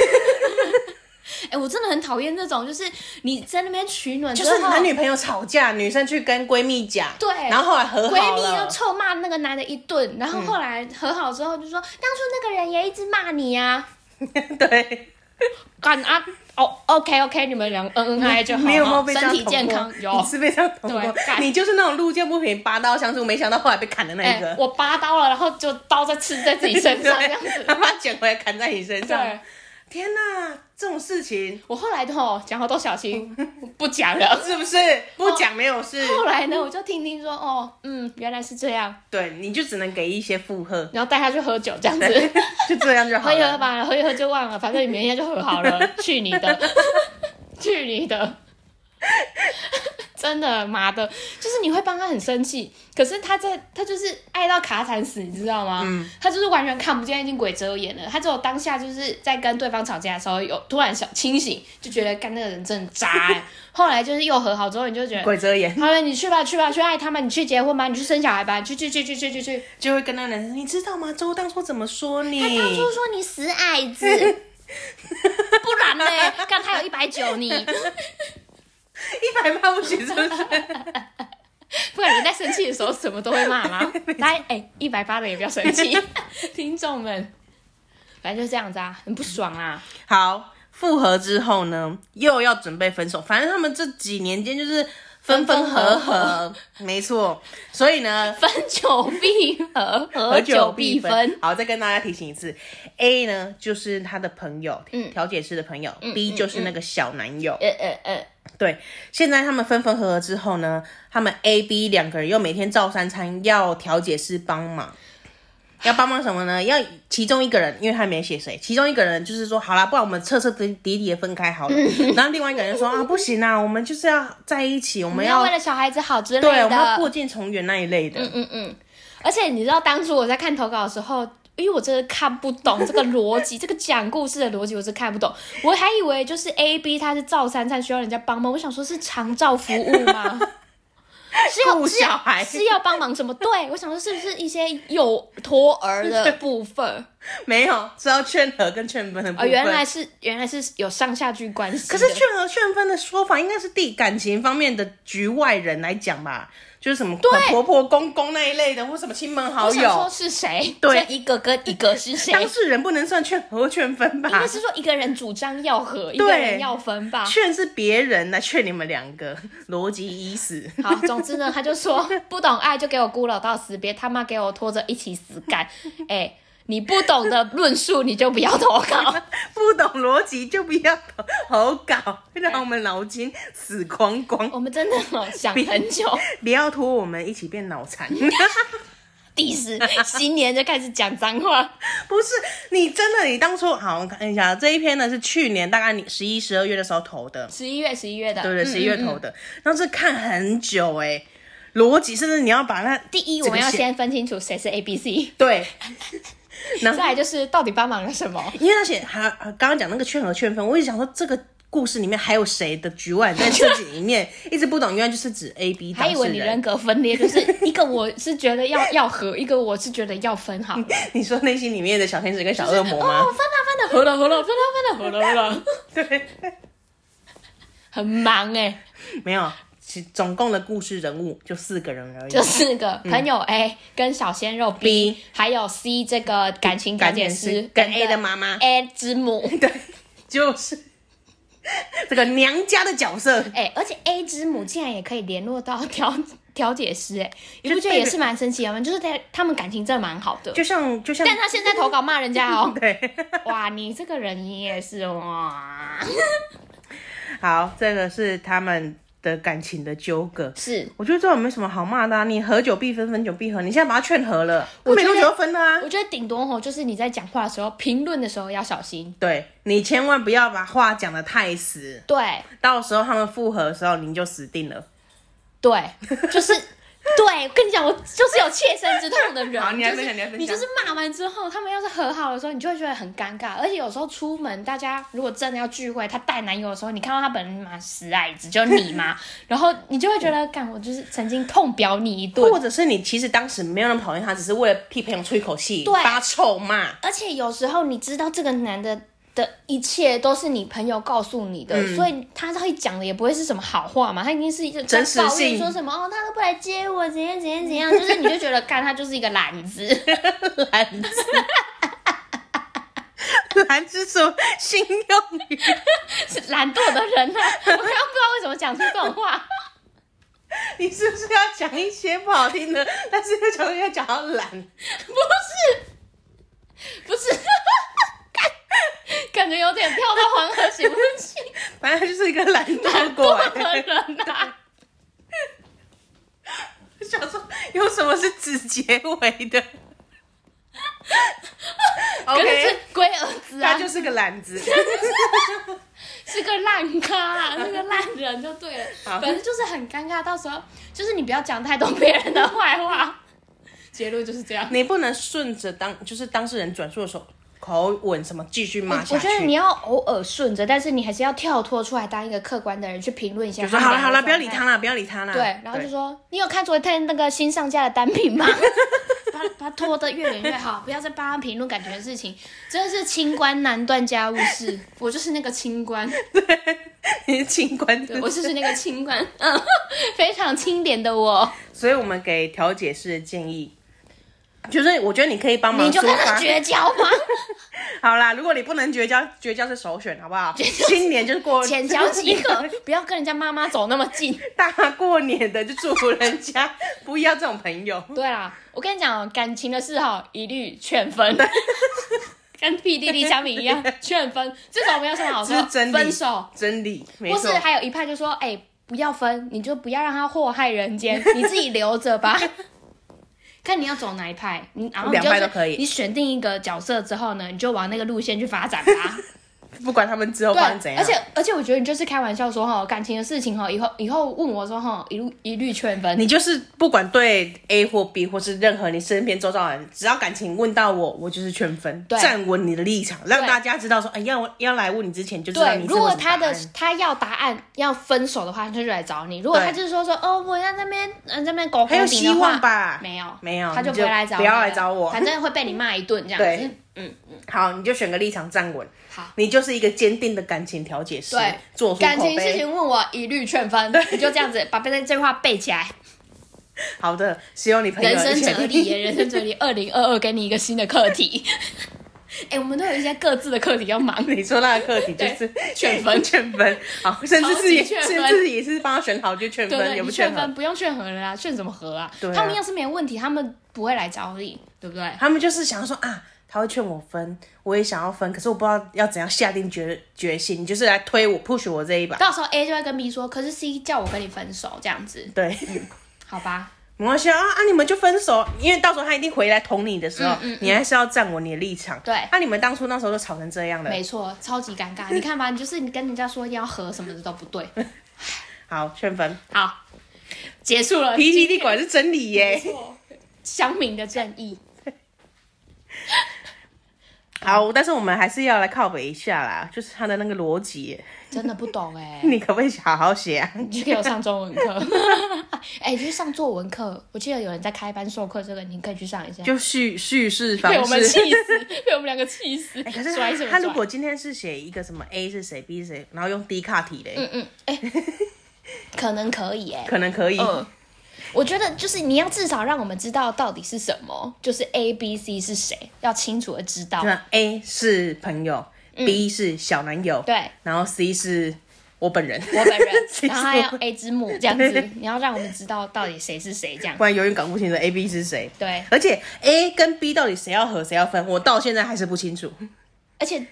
B: 哎、我真的很讨厌这种，就是你在那边取暖之
A: 就
B: 后，
A: 是男女朋友吵架，女生去跟闺蜜讲，
B: 对
A: 然后后来和
B: 闺
A: 好
B: 蜜又
A: 了，嗯
B: 臭骂那个男的一顿，然后后来和好之后就说，当初那个人也一直骂你啊，
A: 对，
B: 干啊，哦，OK OK，你们嗯俩恩恩爱爱就好，
A: 你有没有被这
B: 哦身
A: 样
B: 体
A: 捅
B: 健
A: 过
B: 康
A: 你
B: 有。
A: 是被这样捅过
B: 对，干
A: 你就是那种路见不平拔刀相助，没想到后来被砍的那
B: 哎、
A: 一个，
B: 我拔刀了，然后就刀再刺在自己身上，这样
A: 对，
B: 子。
A: 他把它捡回来砍在你身上
B: 对，
A: 天哪，这种事情
B: 我后来都哦讲话都小心，不 讲了。
A: 是不是不讲没有事？
B: 后来呢，我就听听说，哦，嗯，原来是这样，
A: 对，你就只能给一些附和，
B: 然后带他去喝酒这样
A: 对
B: 子，，
A: 就这样就好
B: 喝一喝
A: 了。
B: 吧，喝一喝就忘了，反正你明天就和好 了，去你的， 去你的， 真的妈的，就是你会帮他很生气，可是他在他就是爱到卡惨死，你知道吗？
A: 嗯
B: 他就是完全看不见，已经鬼遮眼了，他只有当下就是在跟对方吵架的时候有突然想清醒，就觉得干那个人真的渣、 欸，后来就是又和好之后，你就觉得。
A: 鬼遮眼，
B: 好了，你去吧，去吧，去爱他们，你去结婚吧，你去生小孩吧，你去去去去去 去去。
A: 就会跟那个男生，你知道吗？周当初怎么说你？
C: 他当初说你死矮 子，不然呢？干他有一百九你，
A: 一百八不行，是不是？
B: 不然你在生气的时候什么都会骂 吗？来，哎，一百八的也不要生气，听众们，反正就是这样子啊，很不爽啊。
A: 好，复合之后呢，又要准备分手。反正他们这几年间就是分分合
B: 分分合
A: 合，没错。所以呢，
B: 分久必合，合久必分。。
A: 好，再跟大家提醒一次，A 呢就是他的朋友，调解师的朋友、b 就是那个小男友。
B: 呃呃呃，
A: 对，现在他们分分合合之后呢，他们 A、B 两个人又每天照三餐，要调解师帮忙。要帮忙什么呢？要其中一个人，因为他没写谁，其中一个人就是说，好啦，不然我们彻彻底底的分开好 了。然后另外一个人说啊，不行啊，我们就是要在一起，我
B: 我
A: 们
B: 们要
A: 要
B: 为了小孩子好之类
A: 对，我们要
B: 的。
A: 破镜重圆那一类的。
B: 嗯嗯，而且你知道当初我在看投稿的时候。因为我真的看不懂 这个逻辑，这个讲故事的逻辑我是看不懂。我还以为就是 A B 他是照三餐需要人家帮忙，我想说是长照服 务吗？是
A: 顾
B: 要是
A: 小
B: 要
A: 孩
B: 是要帮忙什么？对我想说是不是一些有托 儿的部分？
A: 没有，是要劝和跟劝分的部
B: 哦，
A: 分。
B: 原来是原来是有上下句关系的。
A: 可是劝和劝分的说法，应该是地感情方面的局外人来讲吧，就是什么婆婆公公那一类的，或什么亲朋好
B: 我想说
A: 友，
B: 是谁？
A: 对
B: 这一个跟一个是谁？
A: 当啊事人不能算劝和或劝分
B: 应
A: 吧
B: 该？是啊说一个人主张要和，一个人要分吧。
A: 劝是别人来劝你们两个，逻辑已死。
B: 好，总之呢，他就说不懂爱就给我孤老到死，别他妈给我拖着一起死 干。哎、你不懂的论述你就不要投稿。
A: 不懂逻辑就不要投稿，让我们脑筋死光光，
B: 我们真的哦想很 久
A: 不要拖我们一起变脑残。
B: ，diss 新年就开始讲脏话，
A: 不是你真的，你当初好，我看一下这一篇呢是去年大概你十一、十二月的时候投的，
B: 十一月十一月的，
A: 对不对？
B: 嗯
A: 十一月。
B: 嗯
A: 投
B: 嗯
A: 的，然后这看很久哎、逻辑甚至你要把那
B: 第一，
A: 这
B: 我
A: 个
B: 们要
A: 写
B: 先分清楚谁是 A B C，
A: 对，然后
B: 再来就是到底帮忙了什么。
A: 因为他写还刚刚讲那个劝和劝分，我一直想说这个故事里面还有谁的局外人在自己里面，一直不懂，原来就是指 A B 当
B: 还以为
A: 事
B: 你人
A: 人。
B: 格分裂，就是一个我是觉得要要和，一个我是觉得要分好。
A: 你说内心里面的小天使跟小恶魔吗？
B: 分了合了合了分了分了合了合了，
A: 对，
B: 很忙哎、
A: 没有，其总共的故事人物就四个人而已。
B: 就四个朋友 A、跟小鲜肉 B，,
A: B
B: 还有 C 这个感情
A: 感
B: 感解
A: 情
B: 师
A: 师跟 A 的妈妈
B: A 之母。
A: 对，就是 这个娘家的角色。
B: 哎、而且 A 之母竟然也可以联络到调调解师、哎，你不觉得
A: 代表
B: 也是蛮神奇的吗？就是他他们感情真的蛮好的，
A: 就像就像，
B: 但他现在投稿骂人家哦
A: 对，
B: 哇，你这个人也是哇，
A: 好，这个是他们的感情的纠葛。
B: 是。
A: 我觉得这种没什么好骂的、啊，你合久必分，分久必合。你现在把他劝和了，
B: 我
A: 没
B: 觉得
A: 多久就分了啊。
B: 我觉得顶多吼，就是你在讲话的时候，评论的时候要小心。
A: 对你千万不要把话讲的太死，
B: 对
A: 到时候他们复合的时候你就死定了。
B: 对，就是 对。我跟你讲，我就是有切身之痛的人。
A: 好你来
B: 就
A: 分享
B: 是
A: 你来分享
B: 你就是骂完之后，他们要是和好的时候，你就会觉得很尴尬。而且有时候出门，大家如果真的要聚会，她带男友的时候，你看到她本人嘛死矮子，就你 嘛，然后你就会觉得，干我就是曾经痛表你一顿。
A: 或者是你其实当时没有那么讨厌他，只是为了替朋友出一口气，
B: 对
A: 发臭骂。
B: 而且有时候你知道这个男的的一切都是你朋友告诉你的，
A: 嗯
B: 所以他会讲的也不会是什么好话嘛，他一定是一个
A: 真实性
B: 在抱怨说什么哦，他都不来接我，怎样怎样怎样，就是你就觉得干他就是一个懒子，
A: 兰芝，兰芝说信用语，
B: 是懒惰的人呐、啊我刚刚不知道为什么讲出这种话，
A: 你是不是要讲一些不好听的？但是又讲要讲到懒，
B: 不是，不是，感感觉有点写不清
A: 反正他就是一个懒惰鬼。
B: 的人啊。
A: 想说有什么是子结尾 的
B: 可是
A: ？OK，
B: 是龟儿子啊，
A: 他就是个懒子。
B: 是个烂 咖、啊，是个烂人就对了。
A: 好
B: 反正就是很尴尬，到时候就是你不要讲太多别人的坏话。结论就是这样。
A: 你不能顺着当就是当事人转述的时候口吻什么继续骂
C: 我
A: 下去。
C: 觉得你要偶尔顺着，但是你还是要跳脱出来，当一个客观的人去评论一下
A: 就
C: 他
A: 说
C: 们
A: 好
C: 两
A: 了
C: 个
A: 好了，不要
C: 状态。
A: 理他啦，啊不要理他啦。
C: 对，然后就说你有看昨天那个新上架的单品吗？
B: 把把拖得越远越好，不要再帮他评论感觉的事情。真的是清
C: 清官难断家务事。
B: 我就是那个清官，
A: 你 是清官
B: 对我就是那个清 官，嗯，非常清廉的我。
A: 所以我们给调解师的建议，就是我觉得你可以帮忙
C: 你就
A: 抒
C: 跟他
A: 发。
C: 绝交 吗？
A: 好啦，如果你不能绝交，绝交是首选，好不好？新年就是过
C: 浅交即可，不要跟人家妈妈走那么近。
A: 大过年的就祝福人家，不要这种朋友。
C: 对啦，我跟你讲，哦感情的事哈，一律劝分， 跟 P D D 相比一 样，劝分。这种没有什么好
A: 这
C: 说
A: 是，真理，
C: 分手。
A: 真理，没
C: 或是
A: 错。
C: 还有一派就说，哎、不要分，你就不要让他祸害 人间，你自己留着吧。 看你要走哪一派，你然后你就是
A: 两派都可以
C: 你选定一个角色之后呢，你就往那个路线去发展吧。
A: 不管他们之后发生怎
C: 对，
A: 样，
C: 而且而且我觉得你就是开玩笑说哈，感情的事情哈，以后以后问我说哈，一律一律劝分。
A: 你就是不管对 A 或 B 或是任何你身边周遭的人，只要感情问到我，我就是劝分，
C: 对
A: 站稳你的立场，让
C: 对
A: 大家知道说，哎，要要来问你之前就知道
C: 对
A: 你，是
C: 如果
A: 为什么
C: 他的
A: 答案
C: 他要答案要分手的话，他就来找你；如果
A: 对
C: 他就是说说哦，我要那边嗯那边狗
A: 还有
C: 公顶的
A: 希望
C: 话，
A: 吧？
C: 没有
A: 没有，
C: 他就
A: 你
C: 不会来找
A: 不
C: 你
A: 要
C: 了
A: 来找我。
C: 反正会被你骂一顿这样
A: 对
C: 子。
A: 好，你就选个立场站稳。
C: 好，
A: 你就是一个坚定的感情调解师
C: 对，
A: 做出
C: 感
A: 口
C: 情事
A: 碑。
C: 情问我一律劝分，你就这样子把这这句话背起来。
A: 好的，希望你朋友
B: 人生
A: 一起
B: 哲理耶，人生哲理。二零二二给你一个新的课题。哎、我们都有一些各自的课题要忙。
A: 你说那个课题就是
B: 劝分
A: 劝分，好，甚至是也
B: 超级劝
A: 甚
B: 分
A: 至也是帮他选好就劝
B: 对
A: 分，
B: 对，
A: 也
B: 你
A: 不
B: 劝
A: 好
B: 分。不用劝和了啦，劝什么和啊？
A: 对啊
B: 他们要是没有问题，他们不会来找你，对不对？
A: 他们就是想说啊，他会劝我分，我也想要分，可是我不知道要怎样下定决决心。你就是来推我 push 我这一把，
B: 到时候 A 就会跟 B 说，可是 C 叫我跟你分手，这样子，
A: 对，嗯
B: 好吧？
A: 没关系啊啊，你们就分手，因为到时候他一定回来捅你的时候，你还是要站稳你的立场。
B: 对
A: 那、你们当初那时候就吵成这样了。
B: 没错，超级尴尬。你看吧，你就是你跟人家说一定要和什么的都不对。
A: 好，劝分
B: 好，结 束了。
A: ，P T D 管是真理耶。
B: 乡民的正义，
A: 好，但是我们还是要来靠北一下啦，就是他的那个逻辑耶，
B: 真的不懂哎、
A: 你可不可以好好写啊？
B: 你去给我上中文课， 哎、去上作文课。我记得有人在开班授课，这个你可以去上一下。
A: 就叙叙事方
B: 被我们气
A: 式。
B: 死，被我们两个气死。
A: 哎可是
B: 拽什
A: 他
B: 么
A: 他
B: 拽？
A: 如果今天是写一个什么 A 是谁，B 是谁，然后用 D 卡题嘞，
B: 嗯嗯，哎、可能可以哎、
A: 可能可以。
B: 嗯，我觉得就是你要至少让我们知道到底是什么，就是 A、B、C 是谁，要清楚的知道。
A: 那 A 是朋友、b 是小男友，
B: 嗯对，
A: 然后 C 是我本人，，
B: 我本人
A: 其实
B: 然后还有
A: 我
B: A 之母这样子
A: 对，
B: 你要让我们知道到底谁是谁这样
A: 不。然永远搞不清楚 A、B 是谁。
B: 对，
A: 而且 A 跟 B 到底谁要和谁要分，我到现在还是不清楚，
B: 而且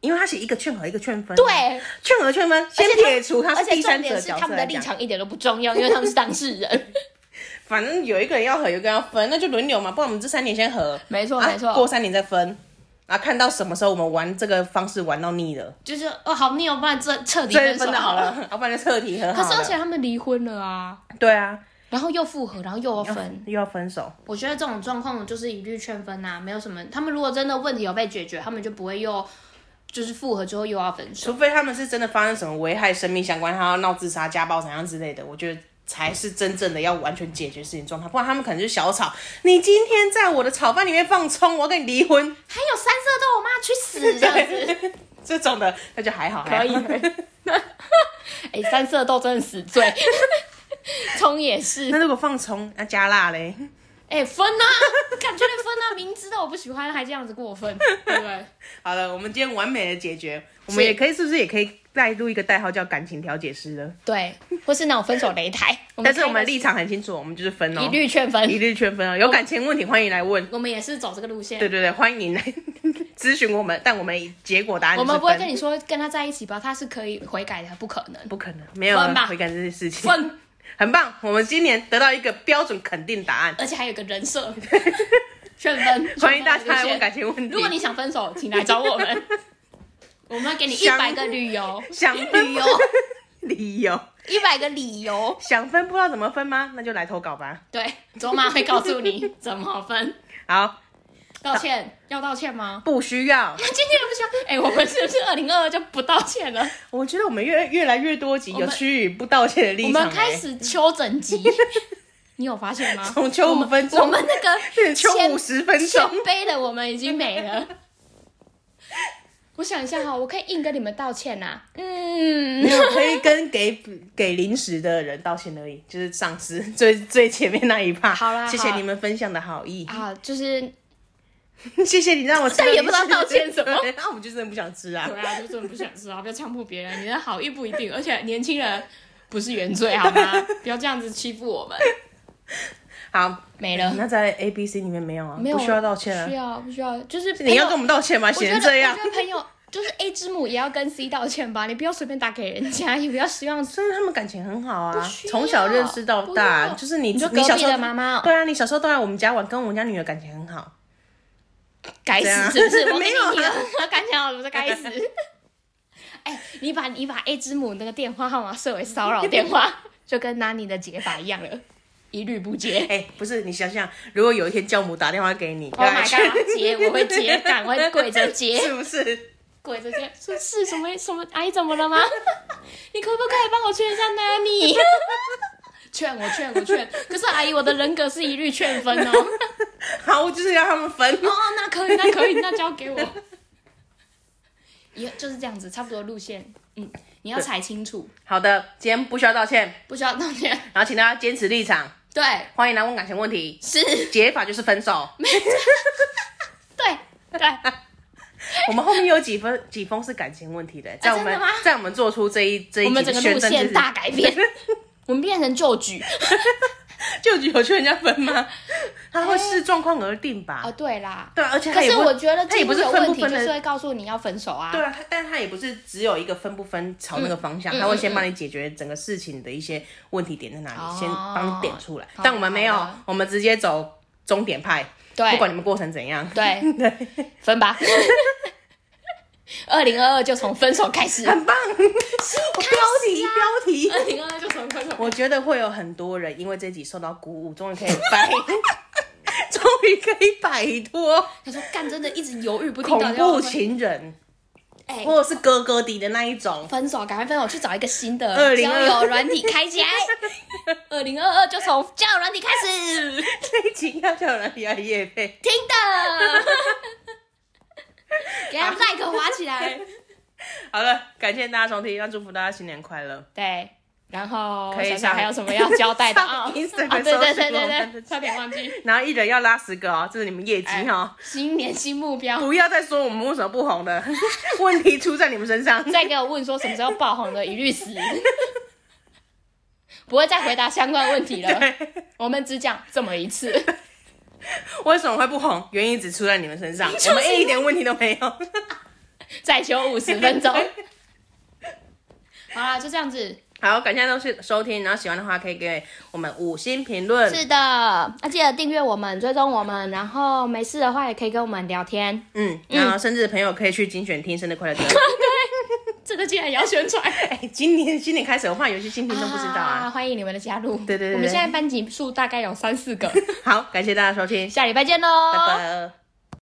A: 因为他写一个劝和一个劝分，啊
B: 对，
A: 劝和劝分，先
B: 而且他
A: 撇除他
B: 而
A: 是
B: 且
A: 第
B: 重
A: 三者
B: 点是
A: 角
B: 他
A: 色
B: 们的
A: 来
B: 立
A: 讲，
B: 场一点都不重要，因为他们是当事人。
A: 反正有一个人要和，有一个人要分，那就轮流嘛，不然我们这三年先和，
B: 没错
A: 啊
B: 没错
A: 过三年再分。啊，看到什么时候我们玩这个方式玩到腻了，
B: 就是哦，好，你有办法彻彻底
A: 这
B: 分手
A: 分的好。了，要不然就彻底和好
B: 可
A: 了。
B: 是而且他们离婚了啊，
A: 对啊，
B: 然后又复合，然后又要
A: 要
B: 分。
A: 又要分手，
B: 我觉得这种状况就是一律劝分呐、没有什么。他们如果真的问题有被解决，他们就不会又就是复合之后又要分手。
A: 除非他们是真的发生什么危害生命相关，他要闹自杀、家暴怎样之类的，我觉得才是真正的要完全解决事情状态，不然他们可能就是小吵。你今天在我的炒饭里面放葱，我要跟你离 婚，
B: 还有三色豆，我妈去死这样子。
A: 这种的那就还好，
B: 可以
A: 还好
B: 哎、三色豆真的死 罪，葱也是。
A: 那如果放葱，那加辣嘞？
B: 哎、分啊，感觉得分啊，明知道我不喜欢还这样子过分，对不对？
A: 好了，我们今天完美的解决，我们
B: 是
A: 也可以是不是也可以带入一个代号叫感情调解师的？
B: 对，或是那种分手擂台。
A: 但是我
B: 开
A: 们
B: 一
A: 立场很清楚，我们就是分
B: 个
A: 哦
B: 一，律劝分
A: 一，律劝分哦。有感情问题欢迎来问，
B: 我们也是走这个路线。
A: 对对对，欢迎来 咨询我们，但我们结果答案
B: 我们不会跟
A: 你
B: 你说跟他在一起吧，他是可以悔改的，不可能。
A: 不可能，没有
B: 分
A: 人
B: 吧
A: 会干这件事情。
B: 分，
A: 很棒，我们今年得到一个标准肯定答案。
B: 而且还有个人设，炫分。
A: 欢迎大家来
B: 炫分
A: 问感情问题。
B: 如果你想分手，请来找 我们，我们要给你一
A: 想
B: 百个理由，
A: 想
B: 理
A: 分
B: 由，
A: 理由
B: 一百个理由。
A: 想分不知道怎么分吗？那就来投稿吧。
B: 对，卓玛会告诉你怎么分。
A: 好，
B: 道歉要道歉吗？
A: 不需要。
B: 今天不需要。哎、我们是不是二零二二就不道歉了？
A: 我觉得我们越越来越多集
B: 我们
A: 有趋于不道歉的
B: 我
A: 立场、欸。
B: 们开始秋整集，你有发现吗？
A: 从秋五分钟
B: 我们那个
A: 变成秋
B: 谦
A: 五十分
B: 谦
A: 钟，
B: 卑的我们已经没了。我想一下哈，我可以硬跟你们道歉呐、嗯，
A: 没有可以跟给给临时的人道歉而已，就是上司最最前面那一趴。
B: 好啦
A: 谢谢
B: 好
A: 你们分享的好意，
B: 啊，就是
A: 谢谢你让我吃。
B: 但也不知道道歉什么，
A: 那我们就真的不想吃啊。
B: 对啊，就真的不想吃啊！不要强迫别人，你的好意不一定，而且年轻人不是原罪好吗？不要这样子欺负我们。
A: 好，
B: 没了，
A: 那在 A B C 里面没有啊，
B: 没有
A: 不需要道歉
B: 不
A: 啊
B: 需。要不需要，就是
A: 你要跟我
B: 们
A: 们道歉吗？显然这样
B: 我觉，得朋友就是 A 之母也要跟 C 道歉吧，你不要随便打给人家，也不要希望
A: 真的他们感情很好
B: 不
A: 啊，
B: 需要
A: 从小认识到
B: 不
A: 大，
B: 要
A: 就是你
B: 你说
A: 你小时候
B: 隔壁的妈妈哦
A: 对啊，你小时候都来我们家玩，跟我们家女儿感情很好。
B: 该
A: 这样
B: 死，是不是？我跟
A: 没有啊
B: 你了，感情好了不是该死。哎、你把你把 A 之母那个电话号码设为骚扰电话，就跟拿你的解法一样了，一律 不接。
A: 哎、不是，你想想，如果有一天教母打电话给你
B: Oh my
A: 要来
B: god！接 我会接，赶快跪着接。
A: 是不是？
B: 跪着接说是什么什么阿姨怎么了吗？ 你可不可以帮我劝一下 Nani？劝我劝我劝，可是阿姨我的人格是一律劝分哦。 哦，
A: 好，我就是要他们分。
B: 那可以那可以，那交给我。也就是这样子，差不多路线。嗯，你要踩清楚，
A: 好的，今天不需要道歉，
B: 不需要道歉。
A: 然后请大家坚持立场，
B: 对，
A: 欢迎来问感情问题，
B: 是，
A: 解法就是分手。
B: 对对，
A: 我们后面有几封几封是感情问题的，在我们、
B: 啊真的吗
A: 在我们做出这一这一
B: 我们
A: 集
B: 整个
A: 宣
B: 路
A: 战之
B: 线
A: 时
B: 大改变， 我们变成旧局。
A: 就只有劝人家分 吗？他会视状况而定吧。
B: 哎哦，对啦。
A: 对啊，而且
B: 可
A: 他也
B: 是
A: 不
B: 我觉得
A: 他也
B: 进
A: 不
B: 入
A: 是
B: 有
A: 分
B: 问
A: 不
B: 题，
A: 分
B: 就是
A: 的。
B: 会告诉你要分手啊。
A: 对啊，他但他也不是只有一个分不分朝那个方向，
B: 嗯
A: 他会先
B: 嗯
A: 帮你解决整个事情的一些问题点在哪里，
B: 哦
A: 先帮你点出来。
B: 好
A: 但我们没有
B: 好的，
A: 我们直接走终点派，
B: 对，
A: 不管你们过程怎样。
B: 对，
A: 对，
B: 分吧。二零二二就从分手开始，
A: 很棒！ 我标题
B: 啊
A: 标题，
B: 二零二二就从分手。
A: 我觉得会有很多人因为这集受到鼓舞，终于可以摆， 终于可以摆 脱
B: 他说干，真的一直犹豫不定，
A: 恐
B: 到底要不
A: 怖
B: 要分
A: 情人，
B: 哎，
A: 或者是哥哥底的那一种。
B: 分手，赶快分手，去找一个新的
A: 2022
B: 交友软体开起来。二零二二就从交友软体开始，
A: 这一集要叫人要夜配。
B: 听 的，给他 like 划起来。
A: 好了，感谢大家收听，要祝福大家新年快乐。
B: 对，然后
A: 可以
B: 想
A: 上
B: 想还有什么要交代的啊？
A: 上
B: 啊，对
A: Instagram
B: 对对对
A: 搜寻我们
B: 对，
A: 的
B: 差点忘记。
A: 然后一人要拉十个哦，这是你们业绩
B: 哎
A: 哦。
B: 新年新目标，
A: 不要再说我们为什么不红了， 问题出在你们身上。
B: 再给我问说什么时候爆红的，一律死，不会再回答相关问题了。
A: 对，
B: 我们只讲这么一次，
A: 为什么会不红？原因只出在你们身上，
B: 就是
A: 我们一点问题都没有。
B: 再休五十分钟。好啦，就这样子。
A: 好，感谢大家收听，然后喜欢的话可以给我们五星评论。
B: 是的，啊，记得订阅我们，追踪我们，然后没事的话也可以跟我们聊天。
A: 嗯，然后甚至朋友可以去精选听生日快乐歌。
B: 这个竟然也要宣传，
A: 哎、今年新年开始，我怕有些新听众不知道 啊。
B: 欢迎你们的加入。
A: 对对对
B: 我们现在班级数大概有三四个，
A: 好，感谢大家收听，
B: 下礼拜见喽，
A: 拜拜。